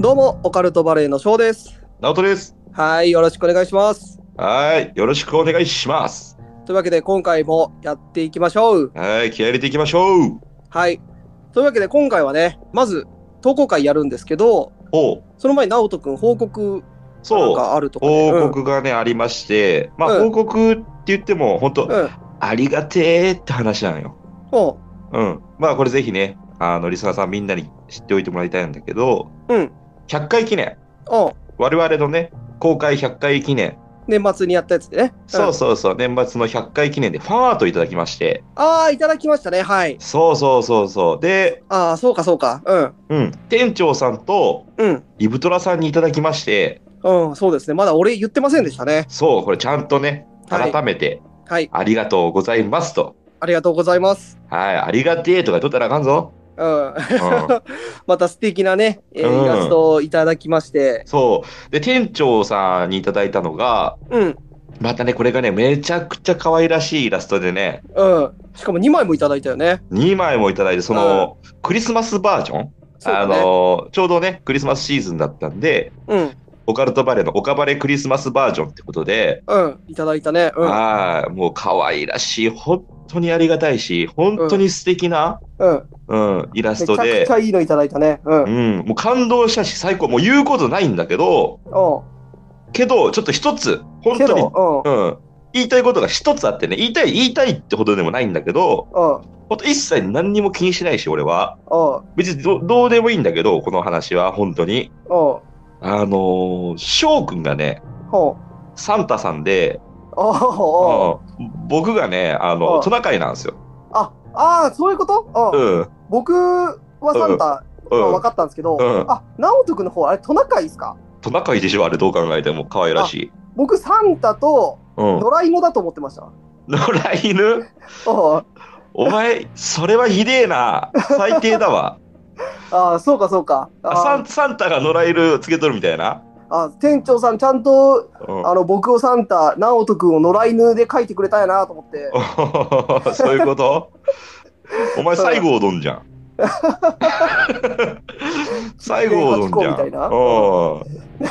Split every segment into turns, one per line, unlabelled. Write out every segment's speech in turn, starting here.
どうも、オカルトバレーの翔です。
ナオトです。
はい、よろしくお願いします。
はーい。よろしくお願いします。
というわけで、今回もやっていきましょう。
はーい。気合入れていきましょう。
はい。というわけで、今回はね、まず、投稿会やるんですけど、
おう
その前に直人くん、報告なん
そう。
かあるとか、ね。
報告がね、ありまして、まあ、
うん
報告って言っても、本当
うん。うん。
ありがてーって話なのよ。
おう
うん。まあ、これぜひね、あの、リスナーさんみんなに知っておいてもらいたいんだけど、
うん。
100回記念。
おう
我々のね、公開100回記念。
年末にやったやつでね。ん
そうそうそう、年末の100回記念でファンアートいただきまして。
ああ、いただきましたね。はい。
そうそうそうそう。で、
ああ、そうか、そうか。
うん。店長さんと、
うん。
リブトラさんにいただきまして、
うん。うん、そうですね。まだ俺言ってませんでしたね。
そう、これちゃんとね、
はい
改めて、
はい。
ありがとうございますと。
ありがとうございます。
はい、ありがてえとか言っとったらあかんぞ。
うん。
うん、
また素敵なね、えー
うん
イラストをいただきまして。
そう。で、店長さんにいただいたのが、
うん。
またね、これがね、めちゃくちゃ可愛らしいイラストでね、
うん。しかも2枚もいただいたよね。
2枚もいただいて、その、クリスマスバージョン、
そう
あ
だね。
の、ちょうどね、クリスマスシーズンだったんで、
うん。
オカルトバレーのオカバレクリスマスバージョンってことで、
うん。いただいたね。うん。
はい、もう可愛らしい、本当にありがたいし、本当に素敵な、
うん。
うん、イラ
めち
ス
ゃく
トで
ち、ゃいいのいただいたね。うん。
う
うん。
ん、もう感動したし、最高、もう言うことないんだけど、けど、ちょっと一つ、本
け
当に、
ど、
うん、言いたいことが一つあってね、言いたい、言いたいってほどでもないんだけど、
うん。うん。
本当一切何にも気にしないし、俺は。
うん。
別にどどうでもいいんだけど、この話は、本当に。
うん。
あのー、翔くんがね、
ほう。
サンタさんで、
おお
うん僕がね、あ
うん
の、トナカイなんですよ。
あ、ああ、そういうこと
う
うん。
ん。
僕はサンタ、ま
う
あ
ん
分かったんですけど、
うん
あ、直人くんの方、あれ、トナカイですか
トナカイでしょあれどう考えても可愛らしい。
僕、サンタと
う
野
ん。
良犬だと思ってました。
野良犬
うん。
お前、それはひでえな。最低だわ。
ああ、そうか、そうか。
あサ
あ
ンサンタが野良犬つけとるみたいな。
あ、店長さん、ちゃんと
うん
あの僕をサンタ、直人君を野良犬で描いてくれたんやなと思って、
そういうこと お前、西郷どんじゃん。西郷どんじゃ
みたい
ん。
な
うんい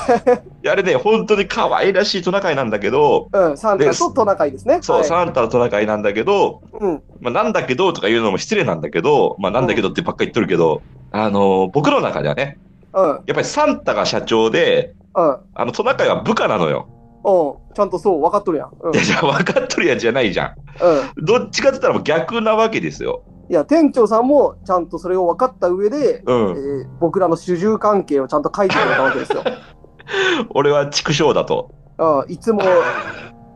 やあれね、本当に可愛らしいトナカイなんだけど、
うん、サンタとトナカイですね。
そう、
はい
サンタのトナカイなんだけど、
うん、
まあ、なんだけどとか言うのも失礼なんだけど、まあ、なんだけどってばっか言っとるけど、あのー僕の中ではね、
うん、うん、
やっぱりサンタが社長で、あのトナカイは部下なのよ。
うん、ちゃんとそう、分かっとるやん。 うん、う
いや、じゃあ分かっとるやんじゃないじゃん。
ん、
どっちかって言ったらもう逆なわけですよ。
いや、店長さんもちゃんとそれを分かった上で、
う
え
ん。
ー僕らの主従関係をちゃんと書いてくれたわけ ですよ。
俺は畜生だと。
うん、いつも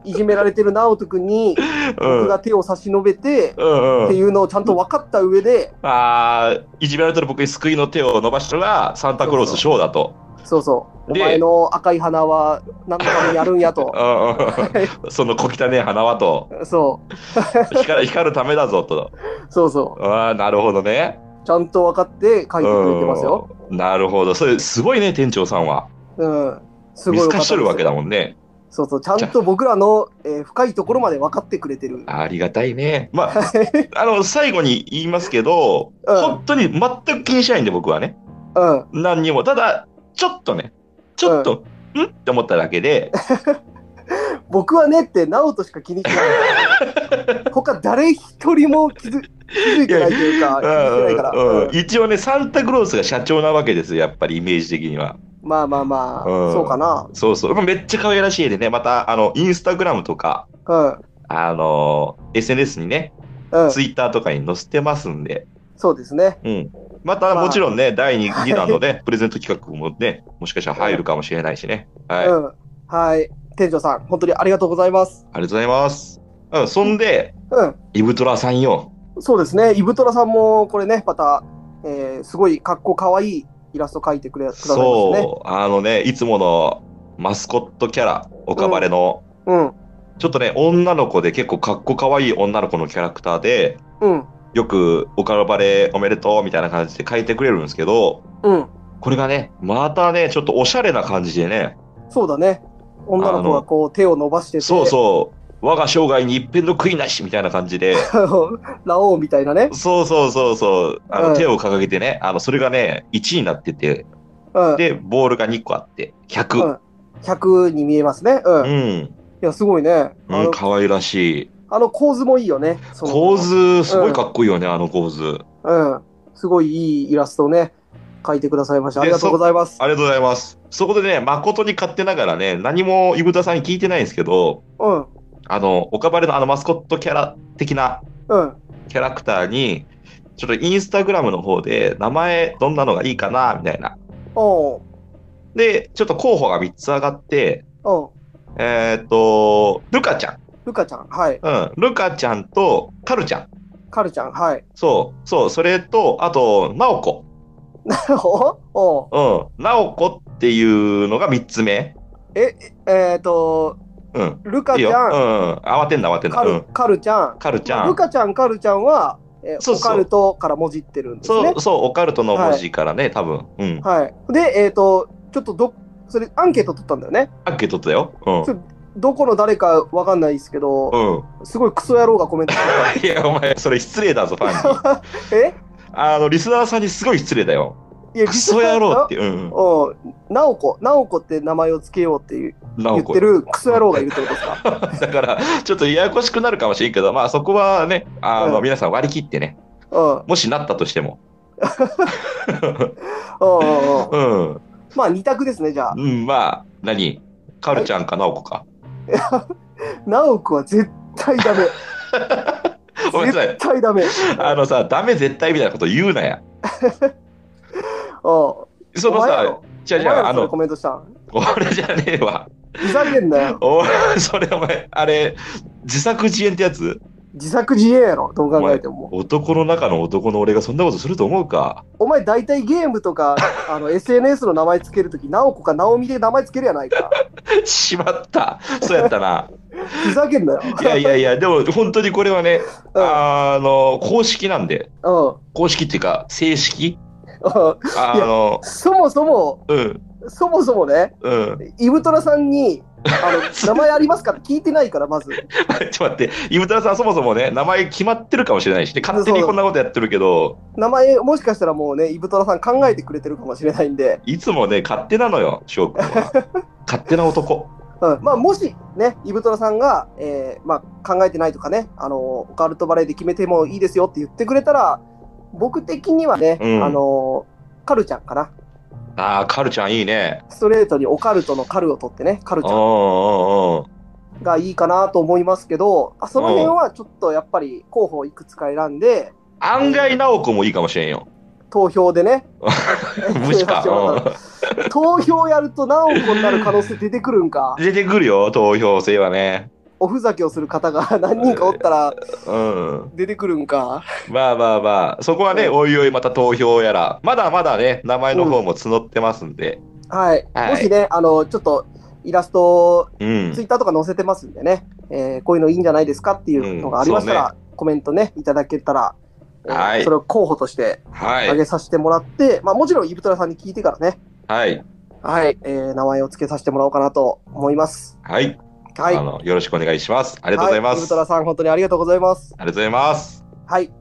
いじめられてる直人君に
う
僕
ん。
が手を差し伸べて、
うん
っ
う
て
ん。
いうのをちゃんと分かった上で、
あーいじめられてる僕に救いの手を伸ばしたのがサンタクロースショーだと。
そうそう、お
で
前の赤い鼻は何のためにやるんやと
う。んう ん。その小汚ねえ花はと。
そ
光る光るためだぞと。
う、そうそう。
ああ、なるほどね。
ちゃんと分かって書いてくれてますよ。
うんなるほど。それすごいね、店長さんは。
うん。すごい
見
良
透
か
か
っ
したとるわけだ
ん。
もんね。
そうそう、ちゃんと僕らの、えー深いところまで分かってくれてる。
ありがたいね。まあ、あの、最後に言いますけど、
うん
本当に全く気にしないんで、僕はね。
うん。
何にも。ただ、ちょっとね、ちょっと、んって思っただけで、
僕はねって、直人しか気にし ない。他誰一人も気づ 気づいてないというか、気づいてないから。
うん
う
うん
ん
一応ね、サンタクロースが社長なわけですよ、やっぱりイメージ的には。
まあまあまあ、
うん
そうかな。
そうそう。まあめっちゃ可愛らしい絵でね、また、あの、インスタグラムとか、
う
あのー SNS にね、
ん。うん。
ツイッターとかに載せてますんで、
そうですね。
うん。また、
まあ
もちろんね、第 2, 弾 のね、プレゼント企画もね、もしかしたら入るかもしれないしね。はい。あり
うん。はい。店長さん、本当にありがとうございます。
がとうございます。うん、そんで、
うん。
イブトラさんよ。
そうですね。イブトラさんも、これね、また、えーすごい格好かわいいイラスト描いてくれくださいましたね。
そう、あのね、いつものマスコットキャラ、オカバレの、
うん。
ちょっとね、女の子で結構かっこかわいい女の子のキャラクターで、
うん。
よくオカバレおめでとうみたいな感じで書いてくれるんですけど、
うん。
これがね、またね、ちょっとおしゃれな感じでね、
そうだね。女の子がこう手を伸ばしてて、
そうそう、我が生涯に一片の悔いなしみたいな感 じで、
ラオウみたいなね。
そうそうそうそう、あ
うん
の手を掲げてね、あのそれがね、1位になってて、
うん。
で、ボールが2個あって、
う
100。
ん100に見えますね。うん。
う
い
ん。
や、すごいね。あ
うん、
の
可愛らしい。
あの構図もいいよね。その
構。図、すごいかっこいいよね、あの構図。
うん。すごいいいイラストをね、描いてくださいまして、ありがとうございます。
ありがとうございます。そこでね、誠に勝手ながらね、何もイブタさんに聞いてないんですけど、
うん。
あの、オカバレのあのマスコットキャラ的な
うん。
キャラクターに、ちょっとインスタグラムの方で名前どんなのがいいかな、みたいな。
おう
で、ちょっと候補が3つ上がって、
おう
えーっと、ルカちゃん。
ルカちゃん、はい。
うん。ルカちゃんとカルちゃん。
カルちゃん、はい。
そう、そう、それと、あと、ナオコ。
おおう
うん。ナオコっていうのが3つ目。
えっ、ー、と、
うん。
ルカ
いい
ち
よ。う
ゃん、
ん。慌てんな、慌てんな。
カ
うん
ル。カルちゃん、
カルちゃん。
ルカちゃん、カルちゃんは、えー
そうそう
オカルトからもじってるんですね
そ。う、そう、オカルトの文字からね、多分。うん。
はい。で、えっ、ー、と、ちょっとど、それアンケート取ったんだよね。
アンケートだよ。うん。
そうどこの誰かわかんないですけど、
うん。
すごいクソ野郎がコメントして
いや、お前、それ失礼だぞ、ファンに。
た。え
あの、リスナーさんにすごい失礼だよ。
いや
クソ野郎って。うん。
おナオコ、ナオコって名前をつけようっていう
ナ
言
オ
っ
コ
て。るクソ野郎がいるってことですか
だから、ちょっとややこしくなるかもしれんけど、まあ、そこはね、あの、
うん
皆さん割り切ってね、
うん。
もしなったとし ても。
うんうんうん
うん。
まあ二択ですね、じゃあ。
うん、まあ、何カルちゃんかナオコか。
ナオコは絶対ダメ。
ごめんなさい
絶対ダメ。
あのさ、ダメ絶対みたいなこと言うなや。
お
そのさ、じゃあじゃあ、あの
コ、メントしたん
俺じゃねえわ。
ふざけんなよ。
おそれお前、あれ、自作自演ってやつ
自作自演やろ、どう考えても。
男の中の男の俺がそんなことすると思うか。
お前大体ゲームとか、 あの、SNS の名前つけるとき、ナオコかナオミで名前つけるやないか。
しまった。そうやったな。
ふざけんなよ。
いやいやいや、でも本当にこれはね、
うん。
あの、公式なんで、
うん
公式っていうか、正式
うん
あの、
そもそも、
うん、
そもそもね、
うん。
イブトラさんに、あの、名前ありますかって聞いてないから、まず。
ちょっと待って、イブタラさんそもそもね、名前決まってるかもしれないしね、勝手にこんなことやってるけど、
名前、もしかしたらもうね、イブトラさん考えてくれてるかもしれないんで、
いつもね、勝手なのよ、翔くんは。勝手な男。
うん、まあもしね、イブトラさんが、えーまあ、考えてないとかね、あのオカルトバレーで決めてもいいですよって言ってくれたら、僕的にはね、
うん
あのカルちゃんかな。
ああ、カルちゃんいいね。
ストレートにオカルトのカルを取ってね、カル
う
ち
ん
ゃ
うんんうん。
がいいかなと思いますけど、あその辺はちょっとやっぱり候補をいくつか選んで、
案外直子もいいかもしれん よ。
投票でね、
無視か。う
投票やると何億になる可能性出てくるん か
ん、。出てくるよ、投票制はね。
おふざけをする方が 何人かおったら
うん。
出てくるんか。
まあまあまあ、そこはね、
うん
おいおいまた投票やら。まだまだね、名前の方も募ってますんで。
はい。
はい
もしね、あの、ちょっとイラスト
う
ツイ
ん。
ッターとか載せてますんでね、えーこういうのいいんじゃないですかっていうのがありました
うん
ら、コメントね、いただけたら、えー
はい
それを候補として
は
挙
い。
げさせてもらって、まあもちろんイブトラさんに聞いてからね、
はい。
はい、えー名前を付けさせてもらおうかなと思います。
はい。
はい。
あ
あ
の、よろしくお願いします。ありがとうございま
イブ
す。
トラさん、本当にありがとうございます。
ありがとうございます。
はい。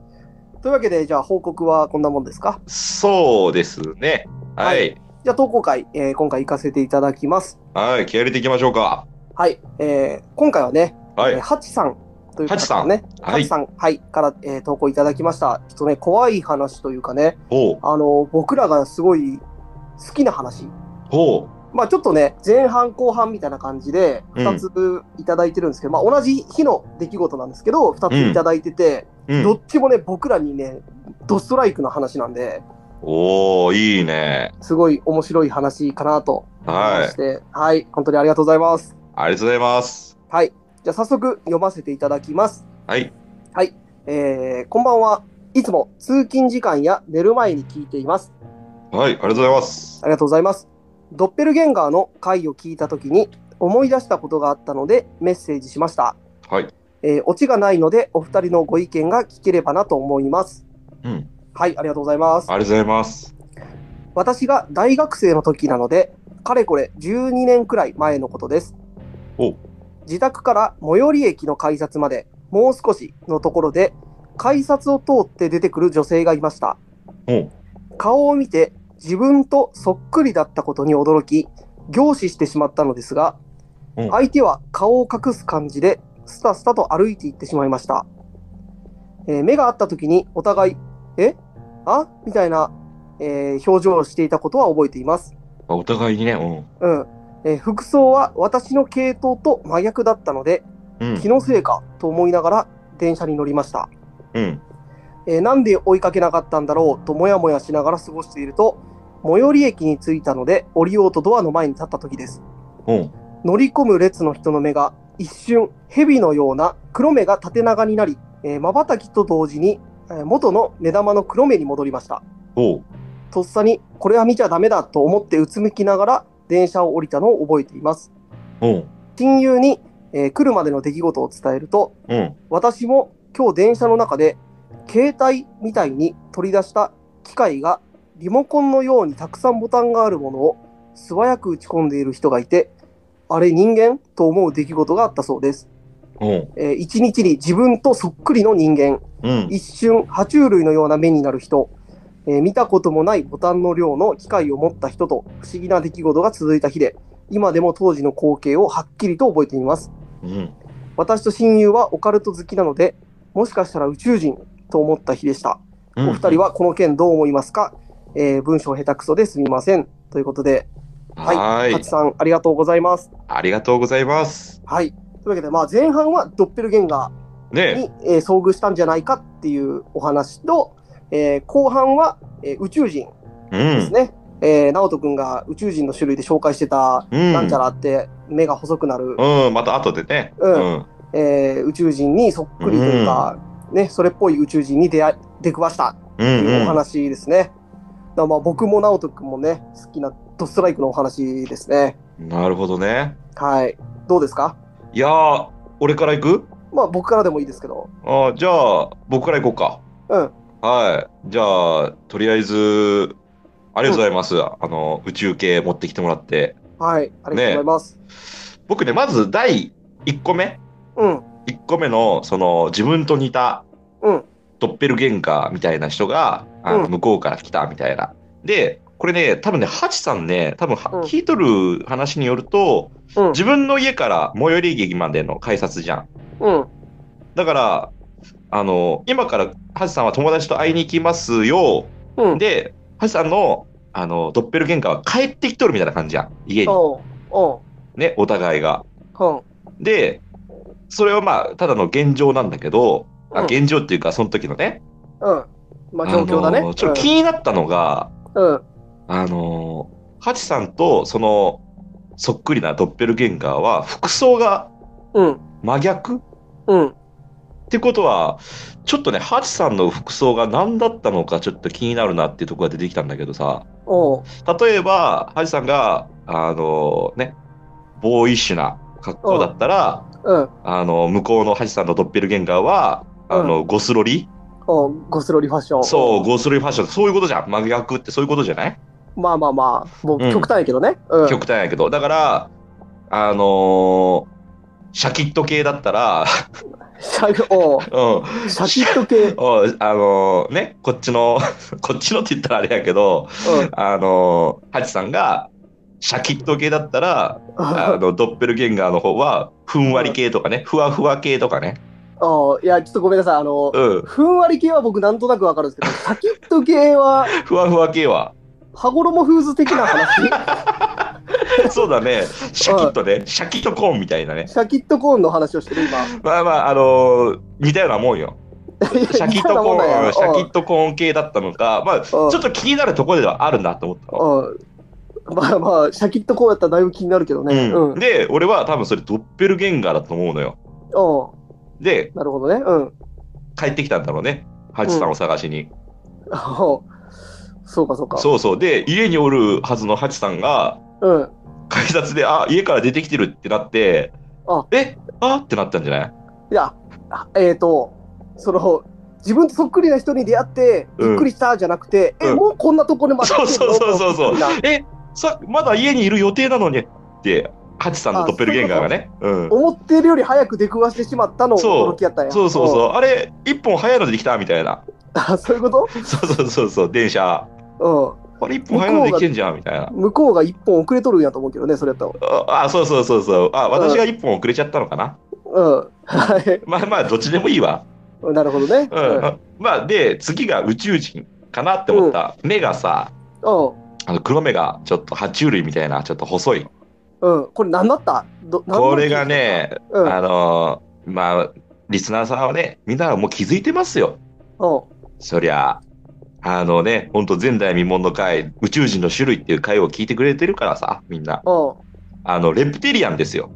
というわけで、じゃあ報告はこんなもんですか
そうですね。はい。
じゃあ投稿会、えー今回行かせていただきます。
はい。気合い入れていきましょうか。
はい。えー今回はね、
は
えー
い。
ハチさんという方からね、
ハ
ハ
チ
チ
さ
さん、はい、から、えー投稿いただきました。ちょっとね、怖い話というかね、
ほう。
あの、僕らがすごい好きな話。
ほ
まあちょっとね、前半後半みたいな感じで、
うん
2ついただいてるんですけど、まあ同じ日の出来事なんですけど、2ついただいてて、
う。うん
どっちもね、僕らにね、ドストライクの話なんで、
おー、いいね。
すごい面白い話かなと思いま
は
し
い。
て、はい、本当にありがとうございます。
ありがとうございます。
はい。じゃあ早速読ませていただきます。
はい。
えー、こんばんは。いつも通勤時間や寝る前に聞いています。
はい。ありがとうございます
あ。りがとうございます。ドッペルゲンガーの回を聞いたときに思い出したことがあったのでメッセージしました。
はい。
えー、オチがないのでお二人のご意見が聞ければなと思います。
うん。あ
は
り
い、ありがとうございます。
がとうございます。
私が大学生の時なので、かれこれ12年くらい前のことです
お。
自宅から最寄り駅の改札までもう少しのところで、改札を通って出てくる女性がいました
お。
顔を見て、自分とそっくりだったことに驚き、凝視してしまったのですが、
うん
相手は顔を隠す感じで、スタスタと歩いていってしまいました。えー目が合った時にお互い、えあみたいな、えー表情をしていたことは覚えています。
あお互いにね、う
うん。えー服装は私の系統と真逆だったので、
ん。うん
気。のせいかと思いながら電車に乗りました。
うん。
えーなんで追いかけなかったんだろうともやもやしながら過ごしていると、最寄り駅に着いたので降りようとドアの前に立った時です。
うん。
乗り込む列の人の目が一瞬、蛇のような黒目が縦長になり、えー瞬きと同時に、えー元の目玉の黒目に戻りました。
おう。
とっさに、これは見ちゃダメだと思ってうつむきながら電車を降りたのを覚えています。
うん。
親友に、えー来るまでの出来事を伝えると、
うん。
私も今日電車の中で携帯みたいに取り出した機械がリモコンのようにたくさんボタンがあるものを素早く打ち込んでいる人がいてあれ人間と思う出来事があったそうです、
うん。
えー一日に自分とそっくりの人間
うん。
一瞬爬虫類のような目になる人、えー見たこともないボタンの量の機械を持った人と不思議な出来事が続いた日で今でも当時の光景をはっきりと覚えています
うん。
私と親友はオカルト好きなので、もしかしたら宇宙人と思った日でした。
うん
お二人はこの件どう思いますか、えー文章下手くそですみません。ということで、
はー
ハ
い
チ。さんありがとうございます。
ありがとうございます。
はい。というわけで、まあ、前半はドッペルゲンガー
ね
に、えー遭遇したんじゃないかっていうお話と、えー後半は、えー宇宙人
う
です
ん。
ね。えー、直人くんが宇宙人の種類で紹介してた、
うん。
なんちゃらって目が細くなる
うん。また後でね。
うん。えー宇宙人にそっくりというか、ね、それっぽい宇宙人に出会い出くわした
う
と
ん。
いうお
うん。
話ですね。だからまあ僕も直人君もね、好きなドストライクのお話ですね。
なるほどね。
はい。どうですか
いやー、俺から行く
まあ僕からでもいいですけど。
あーじゃあ、僕から行こう
う
か。
ん。
はい。じゃあ、とりあえず、ありがとうございます。あの、宇宙系持ってきてもらって。
はい。ありがとうございます。
僕ね、まず第1個目。
うん。
1個目の、その、自分と似た、
うん
ドッペルゲンガーみたいな人が、あの
うん
向こうから来たみたいな。で、これね、多分ね、ハチさんね、多分は、
うん
聞いとる話によると、
うん
自分の家から最寄り駅までの改札じゃん。
うん。
だから、あの、今から、ハチさんは友達と会いに行きますよ。
うん。
で、ハチさんの、あの、ドッペルゲンガーは帰ってきとるみたいな感じやん。家に。
おうお
ね、お互いが。
ううん。
で、それはまあ、ただの現状なんだけど、あ
うん
現状っていうか、その時のね。
うん。まあ状況だね。
あのちょっと気になったのが、
うん。うん。
あの、ハチさんと、その、そっくりなドッペルゲンガーは、服装が
うん。
真逆
うん。
ってことは、ちょっとね、ハチさんの服装が何だったのかちょっと気になるなっていうところが出てきたんだけどさ、
おう
例えば、ハチさんが、あのね、ボーイッシュな格好だったら、
うん。
あの、向こうのハチさんのドッペルゲンガーは、あの、ゴスロリ
おうゴスロリファッション。
そう、ゴスロリファッション、そういうことじゃん。真逆ってそういうことじゃない、
まあまあまあ、もう
うん
極端やけどね。うん。
極端やけど。だから、あのシャキッと系だったら、
シャ おう
うん、
シャキッと系。
おあのね、こっちの、 こっちのって言ったらあれやけど、
うん。
あのハチさんが、シャキッと系だったら、あの、ドッペルゲンガーの方は、ふんわり系とかね、ふわふわ系とかね。
おういや、ちょっとごめんなさい。あの、
うん。
ふんわり系は僕なんとなくわかるんですけど、シャキッと系は
ふわふわ系は。
羽衣フーズ的な 話
そう だね。シャキッとね。シャキッとコーンみたいなね。
シャキッとコーンの話をしてる今。
まあまあ、あの似たようなもん よ。 シャキッとコーン、シャキッ
と。
とコーン系だったのか、まあ、ちょっと気になるところではあるなと思ったの。
うんまあまあ、シャキッとコーンやったらだいぶ気になるけどね。う。
うんん、で、俺は多分それドッペルゲンガーだと思うのよ。
お
で、
うなるほどね。うん。
帰ってきたんだろうね。ハチさんを探しに。
おうそうかそうか。
そうそう。で、家におるはずのハチさんが、
うん。
改札で、あ、家から出てきてるってなって、
あ
えあってなったんじゃない
いや、あえっ、と、その、自分とそっくりな人に出会って、
うん
びっくりしたじゃなくて、
う
え、
ん
もうこんなとこでまで
そうそうそうそうそう
びっくりな
えさ、まだ家にいる予定なのにって、ハチさんのドッペルゲンガーがね。うん。
思ってるより早く出くわしてしまったの
そう
驚きやったんや。
そうそう
う
そ
ん。
う。あれ、一本早いのできたみたいな。
あ、そういうこと
そうそうそうそう、電車。
う
あれ1分早いのできてんじゃんみたいな。
向こうが1本遅れとるんやと思うけどね、それやったら。
ああ、そうそうそうそう。あ、私が1本遅れちゃったのかな。
うん。はい。
まあまあ、どっちでもいいわ。
なるほどね。
うん。まあ、で、次が宇宙人かなって思った。目がさ、
う
あの黒目がちょっと爬虫類みたいな、ちょっと細い。
ん。うん。これ何だったど何の
これがね、
うん。うん。
あのーまあ、リスナーさんはね、みんなはもう気づいてますよ。そりゃ、あのね、ほんと前代未聞の回、宇宙人の種類っていう回を聞いてくれてるからさ、みんな。
うん。
あの、レプテリアンですよ。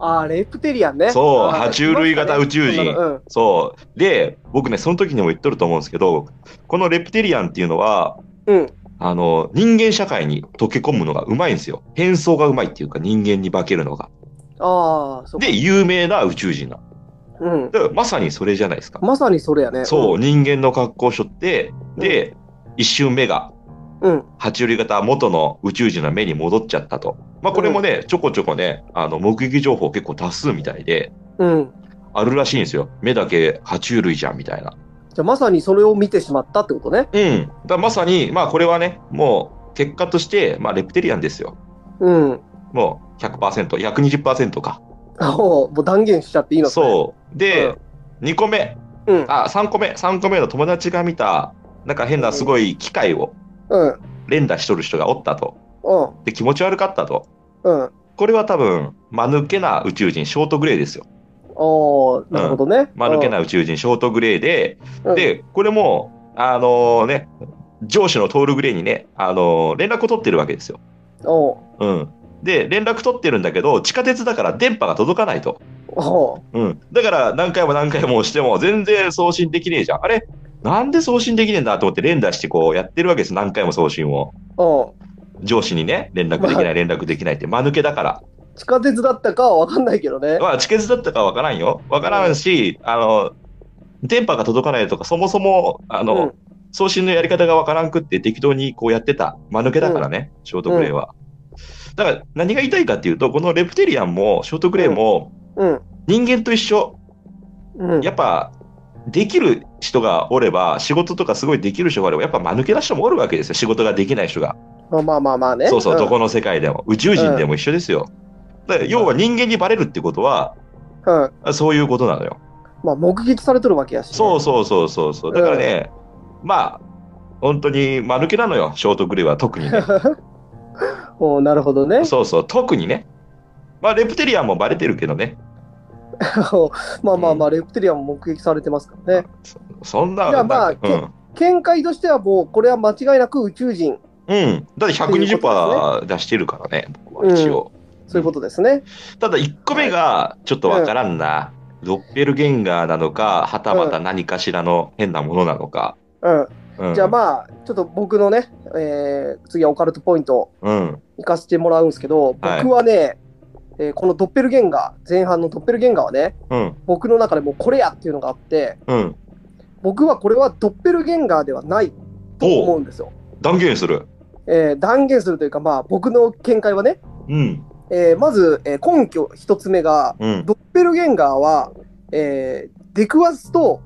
あー、レプテリアンね。
そう
あー
爬虫類型宇宙人
そんなの
そう。で、僕ね、その時にも言っとると思うんですけど、このレプテリアンっていうのは、
うん。うん。
あの、人間社会に溶け込むのがうまいんですよ。変装がうまいっていうか、人間に化けるのが。
ああ、そうか
で、有名な宇宙人なの。
うん。
だからまさにそれじゃないですか。
まさにそれやね。
そう、人間の格好をしとって、で、一瞬目が、
うん。うん。
爬虫類型元の宇宙人の目に戻っちゃったと。まあこれもね、ちょこちょこね、あの、目撃情報結構多数みたいで、
うん。
あるらしいんですよ。目だけ爬虫類じゃんみたいな。
じゃあまさにそれを見てしまったってことね。
うん。だからまさに、まあこれはね、もう結果として、まあレプテリアンですよ。
うん。
もう100%、120%か。
おうもう断言しちゃっていいの
そう。で、2個目、
う。うん。
あ、3個目、3個目の友達が見た、なんか変なすごい機械を
うん。
連打しとる人がおったと。
うん。
で、気持ち悪かったと。
うん。
これは多分、間抜けな宇宙人、ショートグレーですよ。
おーなるほどね。
間抜け
い。
な宇宙人、ショートグレーで、
うん、
で、これも、あのね、上司のトールグレーにね、あのー連絡を取ってるわけですよ。
おう
うん。で、連絡取ってるんだけど、地下鉄だから電波が届かないと。
おう
うん。だから、何回も何回も押しても、全然送信できねえじゃん。あれなんで送信できねえんだと思って連打してこうやってるわけです。何回も送信を。
おう
上司にね、連絡できない、連絡できないって、間抜けだから。
地下鉄だったかは分かんないけどね。
まあ、地決だったかわからんよ。わからんし、あの、電波が届かないとか、そもそも、あ
あ
の、、送信のやり方がわからんくって適当にこうやってた。間抜けだからね、ショートグレーは。だから、何が言いたいかっていうと、このレプテリアンも、ショートグレーも、
うん。
人間と一緒。
うん。
やっぱ、できる人がおれば、仕事とかすごいできる人がおれば、やっぱ間抜けな人もおるわけですよ。仕事ができない人が。
まあまあまあまあね。
そうそう、
ん
どこの世界でも。宇宙人でも一緒ですよ。だから要は人間にバレるってことは、
うん。
そういうことなのよ。
まあ目撃されとるわけやし、ね。
そうそうそうそうそう。だからね、まあ、本当に間抜けなのよ、ショートグレーは特 にね。
おうなるほどね。
そうそう、特にね。まあ、レプテリアンもバレてるけどね。
まあまあまあ、レプテリアンも目撃されてますからね。
そそんな。
いやまあ
なんか
見解としてはもう、これは間違いなく宇宙人、
うん。うん。だって120%出してるからね、僕は一応。
そういうことですね。
ただ、1個目がちょっとわからんな。ドッペルゲンガーなのか、はたまた何かしらの変なものなのか。
うん。
うん、
じゃあまあ、ちょっと僕のね、えー、次はオカルトポイント、
うん。
行かせてもらうんですけど、
はい
僕はね、えーこのドッペルゲンガー、前半のドッペルゲンガーはね、
うん。
僕の中でもうこれやっていうのがあって、
うん。
僕はこれはドッペルゲンガーではないと思
お
う
うん
ですよ。
断言する。
えー断言するというか、まあ僕の見解はね、
うん。
えーまず、えー根拠一つ目が、
うん。
ドッペルゲンガーは、えー出くわすと、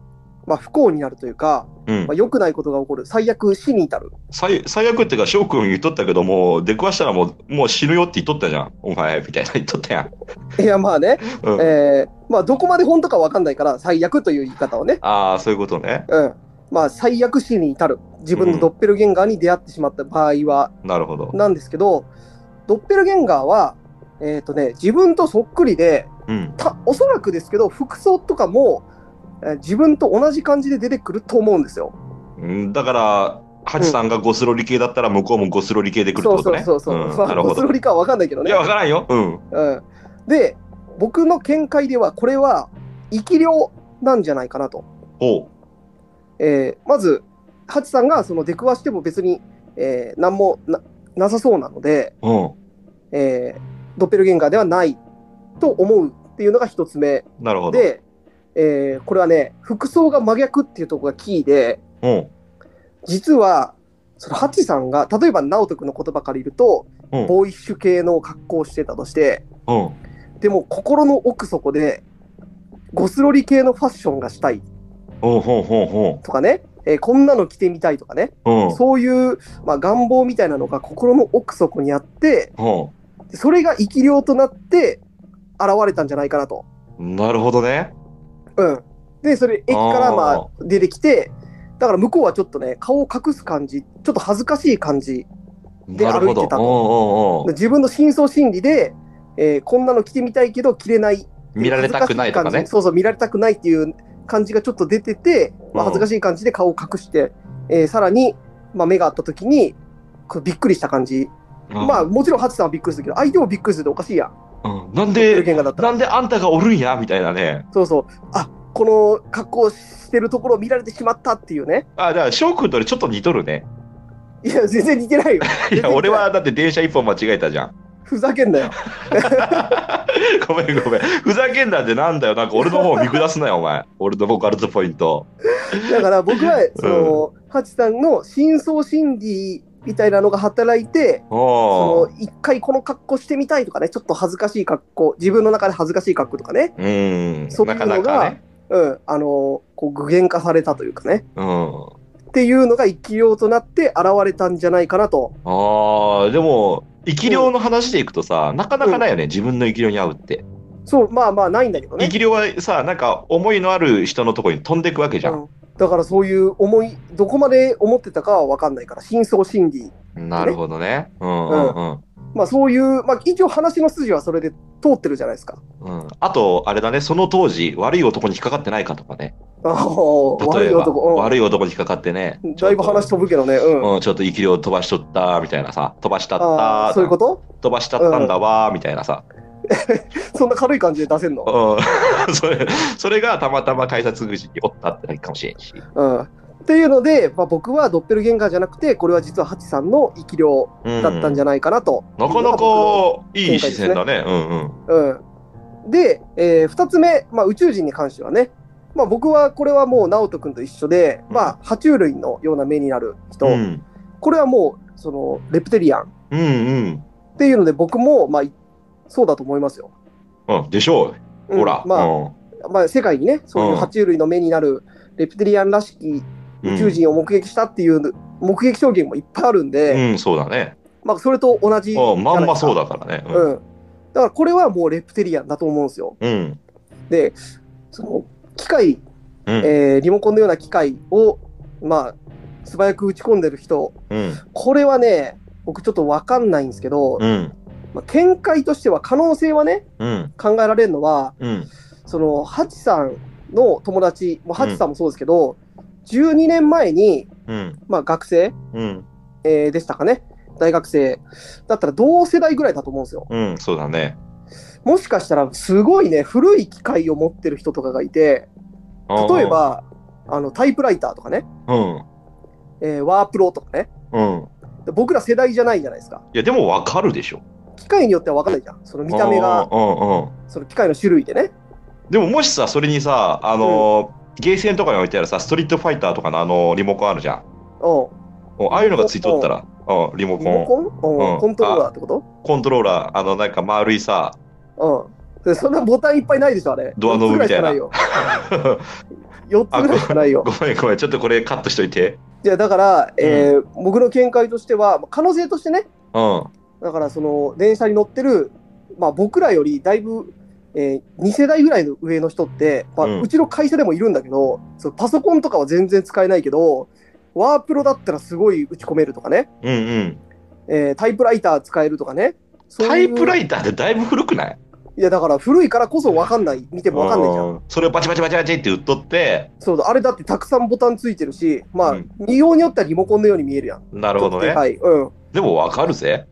まあ、不幸になるというか、
うん
まあ、。良くないことが起こる、最悪死に至る。
最最悪っていうか翔くん言っとったけどもう出くわしたらもうもう死ぬよって言っとったじゃんお前みたいな言っとったやん、
いや、まあね、
うん
えーまあ、どこまで本当かわかんないから、最悪という言い方をね、
ああそういうことね
うんまあ、最悪死に至る、自分のドッペルゲンガーに出会ってしまった場合は、
なるほど
なんですけど、ドッペルゲンガーは、えーとね、自分とそっくりで、
うん
たおそらくですけど、服装とかも、えー自分と同じ感じで出てくると思うんですよ。
うんだからハチさんがゴスロリ系だったら向こうもゴスロリ系で来るって
そうそ
こと
う
ね
そうそう。
ん
ま
な
あ、
るほ
ゴス
ど
ロリかは分かんないけど
い
ね
や。わからんようん
うん、で、僕の見解では、これは生き量なんじゃないかなと。
ほ
えーまず、ハチさんがその出くわしても別に、えー何もななさそうなので、
うう
えードッペルゲンガーではないと思うっていうのが一つ目
んなるほど
で、えーこれはね、服装が真逆っていうところがキーで、
うん
実は、そのハチさんが、例えば直人君のことばかりいると、
うん
ボーイッシュ系の格好をしてたとして、
うん
でも心の奥底で、ゴスロリ系のファッションがしたい
ほうほうほうほ
とかね、えーこんなの着てみたいとかね、
うん。
そういう、まあ、願望みたいなのが心の奥底にあって、でそれが生き量となって現れたんじゃないかなと。
うん。なるほどね。
うん、で、それ駅からま
あ
あ出てきて、だから向こうはちょっとね、顔を隠す感じ、ちょっと恥ずかしい感じ、で
なるほ
歩い
ど。
てた
うんうんうん。
自分の深層心理で、えーこんなの着てみたいけど着れない
見られたくないとか
恥ずし感
ね
じ。そうそう、見られたくないっていう感じがちょっと出てて、まあ、
うん
恥ずかしい感じで顔を隠して、えーさらに、まあ、目が合った時に、こうびっくりした感じ。まあ、もちろん、ハチさんはびっくりするけど、相手もびっくりするとおかしいやん。
あ、うんなん
え
で、
喧嘩だったら。
なんであんたがおるんやみたいなね。
そうそう。あ、この格好してるところを見られてしまったっていうね。
あ、だから、翔くんとねちょっと似とるね。
いや、全然似てない よ。
い
全然似てな
や、
い
俺はだって電車一本間違えたじゃん。
ふざけんなよ。
ごめんごめん。ふざけんなってなんだよ。なんか俺の方を見下すなよ、お前。俺のボーカルズポイント。
だから僕は、その、ハチさんの深層心理みたいなのが働いて、
お
その一回この格好してみたいとかね、ちょっと恥ずかしい格好、自分の中で恥ずかしい格好とかね、
う。うん。
そういう
な
のが
かなかね。
うん、あのこう具現化されたというかね、
うん。
っていうのが生きようとなって現れたんじゃないかなと。
ああ、でも、生き量の話でいくとさ、なかなかないよね、自分の生き量に合うって。
そう、まあまあないんだけどね
生。き量はさ、なんか思いのある人のとこに飛んでいくわけじゃん。
うんだからそういう思い、どこまで思ってたかは分かんないから、深層心理。
なるほどね。うんうんうん。
まあそういう、まあ一応話の筋はそれで通ってるじゃないですか。
うん、あと、あれだね、その当時、悪い男に引っかかってないかとかね。
あー悪
例
い
えば、
男、うん
悪い男に引っかかってね。
だいぶ話
ちょ
飛ぶけどね。う
っ
ん。
と、うん、ちょっと生き量飛ばしとった、みたいなさ。飛ばしちゃった
ああ、
ー、
そういうこと
飛ばしちゃったんだわー、みたいなさ。
そんな軽い感じで出せんの
うん。 それ、それがたまたま改札口におったってだけかもしれんし。
うん。っていうので、まあ、僕はドッペルゲンガーじゃなくて、これは実はハチさんの生き量
うん
だったんじゃないかなと。
なかなかいい視線だね。うんうん。
うん、で、え2つ目、まあ、宇宙人に関してはね、まあ、僕はこれはもう直人君と一緒で、
うん
まあ、爬虫類のような目になる人、
うん、
これはもうそのレプテリアンっ
うん、うん
ていうので僕も、まあ、いそうだと思いますよ。
うん。でしょ
う
う。
ん
ほら。
まあ
うん
まあ、世界にねそういう爬虫類の目になるレプテリアンらしき宇宙人を目撃したっていう目撃証言もいっぱいあるんで、
うん、そうだね。
まあ、それと同じじゃない
あ
ですか
まんまそうだからね。
うん、だからこれはもうレプテリアンだと思うんですよ。
うん。
で、その機械、
うん
えーリモコンのような機械を、まあ、素早く打ち込んでる人、
うん。
これはね、僕ちょっとわかんないんですけど、
うん。
まあ、見解としては可能性はね、
うん。
考えられるのは、
うん。
その、ハチさんの友達、もうハチさんもそうですけど、12年前に、
うん。
まあ、学生、
うん。
えーでしたかね。大学生だったら同世代ぐらいだと思うんですよ。
うん。そうだね。
もしかしたらすごいね、古い機械を持ってる人とかがいて、例えばあのタイプライターとかね、
うん。
えーワープロとかね
うん。うん。
で僕ら世代じゃないじゃないですか
いや、でもわかるでしょ。
機械によっては分かんないじゃんその見た目が
うん。うん。うん。
その機械の種類でね
でももしさ、それにさ、あのー、ゲーセンとかに置いてあるさ、ストリートファイターとかのあのリモコンあるじゃん。
お
うんああいうのがついとったら、うんリモ
リ
コ
モ
ン、
コンおう
うん
コントローラーってこ
コントローラー、あの、なんか丸いさ、
とうんでそんなボタンいっぱいないでしょあれ
ドアノブみたいな
4つぐらいしかないよ4つぐらいしかないよ
ごめんごめん、ちょっとこれカットしといて。
じゃあだから、えー僕の見解としては可能性としてね
うん。
だからその電車に乗ってる、まあ、僕らよりだいぶ、え2世代ぐらいの上の人って、まあ
う
うんちの会社でもいるんだけどそのパソコンとかは全然使えないけどワープロだったらすごい打ち込めるとかね、
うんうん。
えータイプライター使えるとかね
タイプラ
イ
イターってだいぶ古くない
いやだから古いからこそ分かんない見ても分かんないじゃん
うん。それをバチバチバチバチって打っとって、
そうだあれだってたくさんボタンついてるしまあ、
うん
見ようによってはリモコンのように見えるやん
なるほど
ちょっとで
ね。
かい、うんま
でもわかるぜ。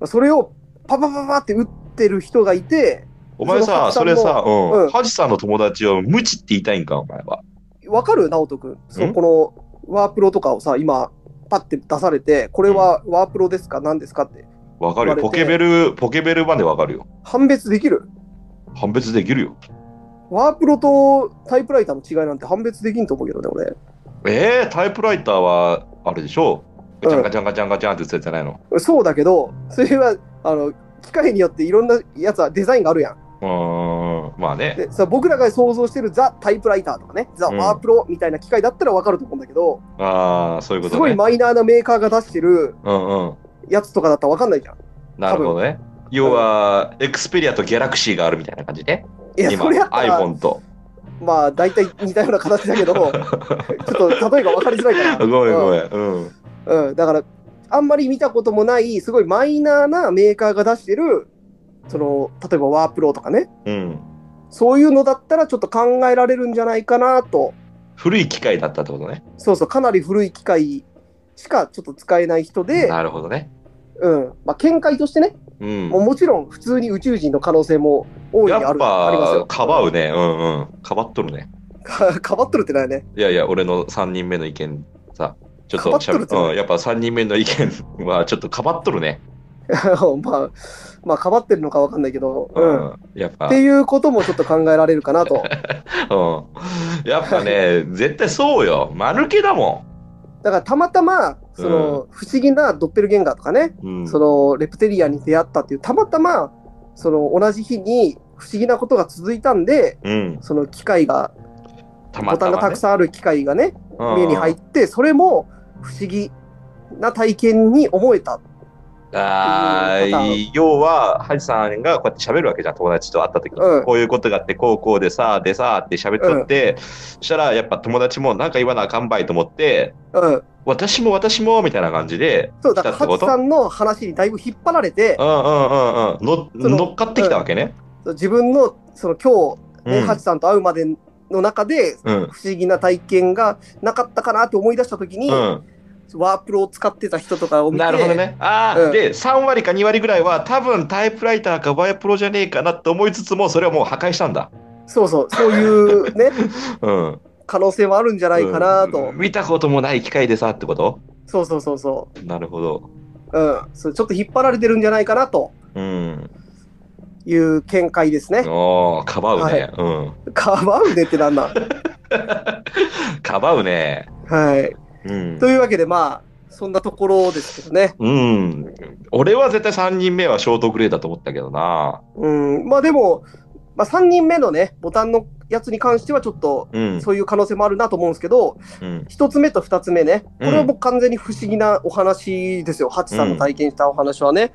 あ、それをパパパパって打ってる人がいて
お前さ、
そ
そ
の
れ
ハチさ
さ、う
うん
ん。ハジさんの友達を無知って言いたいんか、お前は。
わかる直人君。そ
ん
うこのワープロとかをさ、今、パッて出されて、これはワープロですか何ですかって。
わかるよ。
言
ポ
われて
ケベル、ポケベルまでわかるよ。
判別できる
判別できるよ。
ワープロとタイプライターの違いなんて判別できんと思うけどね、
えー、タイプライターは、あれでしょガチャンガチャンガチャンガチャンって打つやつじゃないの。
俺。そうだけど、それは、あの、機械によっていろんなやつはデザインがあるやん。
うーん、まあね。
でさ僕らが想像してるザ・タイプライターとかね、ザ・
うん
ワープロみたいな機械だったらわかると思うんだけど、
ああ、そういうこ
す
と
ごい
ね。
マイナーなメーカーが出してる
うんうん。
やつとかだったらわかんないじゃん。
なるほどね。要は、エクスペリアとギャラクシーがあるみたいな感じね。
いや、
今、
それやったら、
iPhone と。
まあ、大体似たような形 だけど、ちょっと例えがわかりづらいから。
ごめんご
う
め
ん
ん。うん。
うん、だから、あんまり見たこともない、すごいマイナーなメーカーが出してる、その、例えばワープロとかね、
うん。
そういうのだったらちょっと考えられるんじゃないかなと、
古い機械だったってことね。
そうそう、かなり古い機械しかちょっと使えない人で、
なるほどね。
うん、まあ、見解としてね、
うん。
もうもちろん普通に宇宙人の可能性も大いにある
やっ
ありますよ
ぱ、かばうね。うんうん。かばっとるね。
かかばっとるってないね。
いやいや、俺の3人目の意見さ、ちょっ
かば
と
っ
し
と
ゃ
る
べ
ってね
うん、やっぱ3人目の意見 はちょっとかばっとるね。
まあ、まあ、かばってるのかわかんないけど、うん。っ
うん。やっぱ、う
ていうこともちょっと考えられるかなと。
ん。やっぱね、絶対そうよ。間抜けだも
だからたまたま、その、不思議なドッペルゲンガーとかね、
ん。うん。
その、レプテリアに出会ったっていう、たまたま、その、同じ日に不思議なことが続いたんで、
うん。
その機械が、
た
ボタンがたくさんある機械がね、
ん
目に入って、それも不思議な体験に思えた。っ
あ
ていうパタ
ー要は、ハジさんがこうやって喋るわけじゃん、友達と会った時に。
うん
こういうことがあって、こうこうでさ、でさ、って喋っとって、そしたら、やっぱ友達もなんか言わなあかんばいと思って、
うん。
私も私も、みたいな感じで、
そう、だ
来
から、ハ
たってこ
チ
と
さんの話にだいぶ引っ張られて、
うんうんうんう
そ
ん。
の
の乗っかってきたわけね。
自分の、その、今日、ね
うん
ハチさんと会うまでの中で、
うん。
不思議な体験がなかったかなって思い出したときに、
う
ワープロを使ってた人とかを
ん、
見て、
なるほどね。ああ、
うん
で、3割か2割ぐらいは、多分タイプライターかバイプロじゃねえかなって思いつつも、それはもう破壊したんだ。
そうそう、そういうね、
うん。
可能性はあるんじゃないかなと、
うん見たこともない機会でさ、ってこと
そうそうそうそ
なるほど。
う、うん、そうちょっと引っ張られてるんじゃないかなと
うん。
いう見解ですね。
おお、かばうね。
は
う
かばうねってなん なん。
ん。かばうね。
はい。
うん。
というわけで、まあ、そんなところですけどね。
うん。俺は絶対3人目はショートグレーだと思ったけどな。
うん、まあでも、まあ、3人目のね、ボタンのやつに関しては、ちょっと、
うん。
そういう可能性もあるなと思うんですけど、
うん。
1つ目と2つ目ね、これは
うん
もう完全に不思議なお話ですよ、ハチさんの体験したお話はね。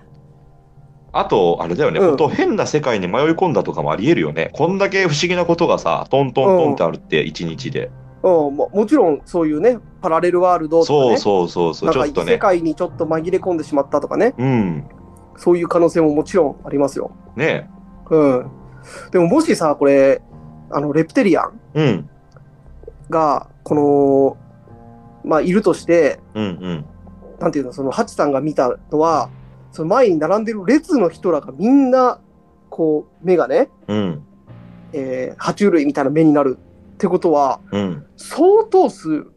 あと、あれだよね、
うん
本当変な世界に迷い込んだとかもありえるよね。こんだけ不思議なことがさ、トントントンってあるって、1日で。
うん、ももちろん、そういうね、パラレルワールドとか、ね、
そうそうそうそう、ちょ
な
っ
んか
と
異世
ね。
界にちょっと紛れ込んでしまったとかね、
うん。
そういう可能性ももちろんありますよ。
ね
うん。でももしさ、これ、あの、レプテリアン
うん。
が、この、まあ、いるとして、
うんうん。
なんていうの、その、ハチさんが見たのは、その前に並んでる列の人らがみんな、こう、目がね、
うん。
えー、爬虫類みたいな目になるってことは、
うん。
相当数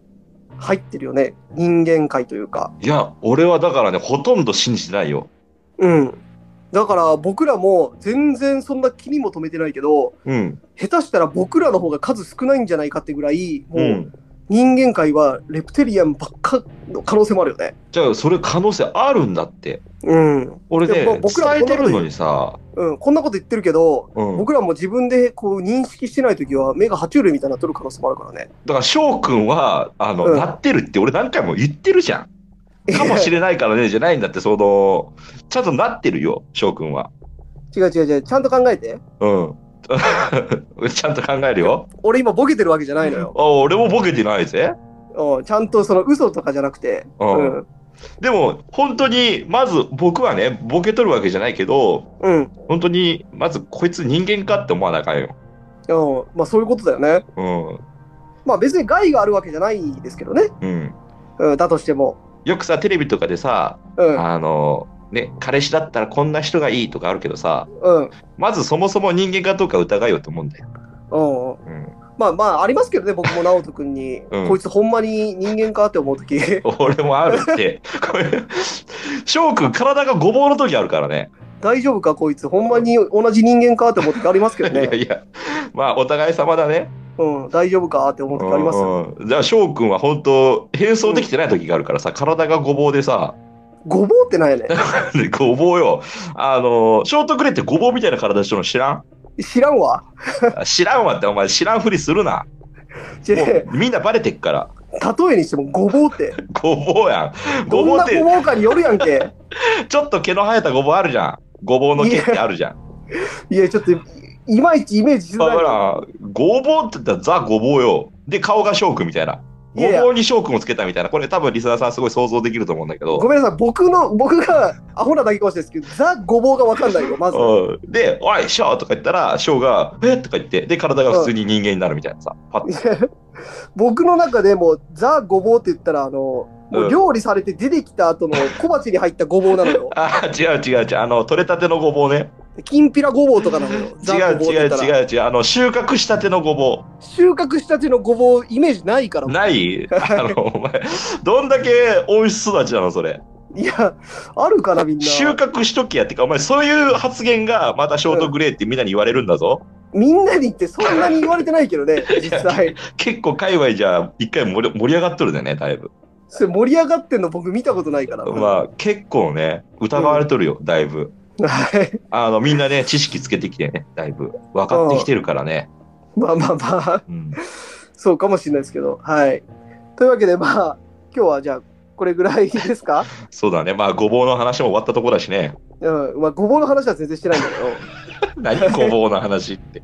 入ってるよね。人間界というか。
いや、俺はだからね、ほとんど信じてないよ。
うん。だから僕らも全然そんな気にも留めてないけど、
うん。
下手したら僕らの方が数少ないんじゃないかってぐらい、も
う。
うん人間界はレプテリアンばっかの可能性もあるよね。
じゃあ、それ可能性あるんだって。
うん。
俺ね、
いやぼ
伝
僕ら
えてるのにさ、
うん、こんなこと言ってるけど、
うん。
僕らも自分でこう認識してないときは目が爬虫類みたいになっとる可能性もあるからね。
だから翔くんはあの、
うん
なってるって俺何回も言ってるじゃん。かもしれないからねじゃないんだってそのちゃんとなってるよ翔くんは。
違う違う違う、ちゃんと考えて。
うん。 ちゃんと考えるよ。
俺今ボケてるわけじゃないの
あ
よ。
俺もボケてないぜ。
うん、ちゃんとその嘘とかじゃなくて。
うん。でも本当にまず僕はねボケとるわけじゃないけど
うん。うん。
本当にまずこいつ人間かって思わなあかんよ。
うん、まあそういうことだよね。
う
まあ別に害があるわけじゃないですけどね。
ん。うん。
うん、だとしても。
よくさテレビとかでさ
うん、
あのね彼氏だったらこんな人がいいとかあるけどさ
うん、
まずそもそも人間かどうか疑いよと思うんだよ。
うん。
うん
まあまあありますけどね、僕も直人君に、
うん
こいつほんまに人間かって思うとき。
俺もあるって。 これ、翔くん、体がごぼうの時あるからね。
大丈夫かこいつ、ほんまに同じ人間かって思うときありますけど
いや
ね。
いや、まあ、お互い様だね。
うん、大丈夫かって思うときありますよ。
うんじゃあ、翔くんは本当、変装できてない時があるからさ、体がごぼうでさ、
ごぼうってないね。
ごぼうよ。あの、ショートグレーってごぼうみたいな体してるの知らん
知らんわ。
知らんわって、お前知らんふりするな。
じゃ
も
例
うみんなバレてっから。
えにしてもごぼうって。
ごぼうやん。 ご
どん
ぼう
な
っ
ご
て、
ぼうかによるやんけ。
ちょっと毛の生えたごぼうあるじゃん。ごぼうの毛ってあるじゃん。
いや、ちょっと、いまいちイメージしづ
だから
いな。
ら、ごぼうって言ったらザ・ごぼうよ。で、顔が翔くんみたいな。
いやいや
ごぼうに翔くんをつけたみたいな。これ多分リスナーさんすごい想像できると思うんだけど
ご。めんなさい、僕の、僕がアホなだけかもしれないですけど、ザ・ごぼうがわかんないよ、まず。
うん、で「おい翔」とか言ったら翔が「えっ?」とか言ってで体が普通に人間になるみたいなさパッ
いや僕の中でもうザ・ごぼうって言ったら、あの、もう料理されて出てきた後の小鉢に入ったごぼうなのよ。
あー違う違う違うあの取れたてのごぼうね
きんぴらごぼうとかなのよ。
違
ザ
う
ごぼうって
違
言
う
ったら
違う違うあの収穫したてのごぼ
収穫したてのごぼう、イメージないから。
うないあのお前どんだけ温室育ちなのそれ
いや、あるからみんな。
収穫しときやってかお前そういう発言がまたショートグレーってみんなに言われるんだぞ、
みんなにってそんなに言われてないけど ね、実際。
結構界隈じゃ一回盛り盛り上がっとるでねだいぶ
それ盛り上がってんの僕見たことないから。
まあ結構ね疑われとるよだいぶ
はい
あのみんなね知識つけてきてねだいぶ分かってきてるからね、
まあまあまあ、
うん、
そうかもしれないですけど。はい。というわけで、まあ、今日はじゃあ、これぐらいですか
そうだねまあごぼうの話も終わったとこだし ね
うん。まあ、ごぼうの話は全然してないんだけど。
何ごぼうの話って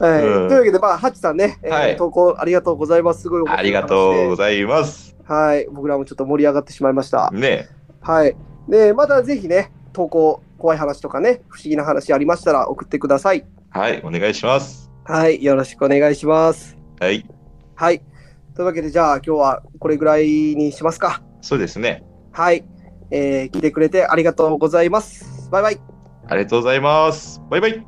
はい。
うん
というわけで、まあ、ハチさんね、えー
はい
投稿ありがとうございます。すごい面白い
ありがとうご
う。
ざいます。
はい。僕らもちょっと盛り上がってしまいました。
ね
はい。で、またぜひね、投稿、怖い話とかね、不思議な話ありましたら送ってください。
はい、お願いします。
はい。よろしくお願いします。
はい、
はい。というわけで、じゃあ今日はこれぐらいにしますか。
そうですね。
はい。えー、聞いてくれてありがとうございます。バイバイ。
ありがとうございます。バイバイ。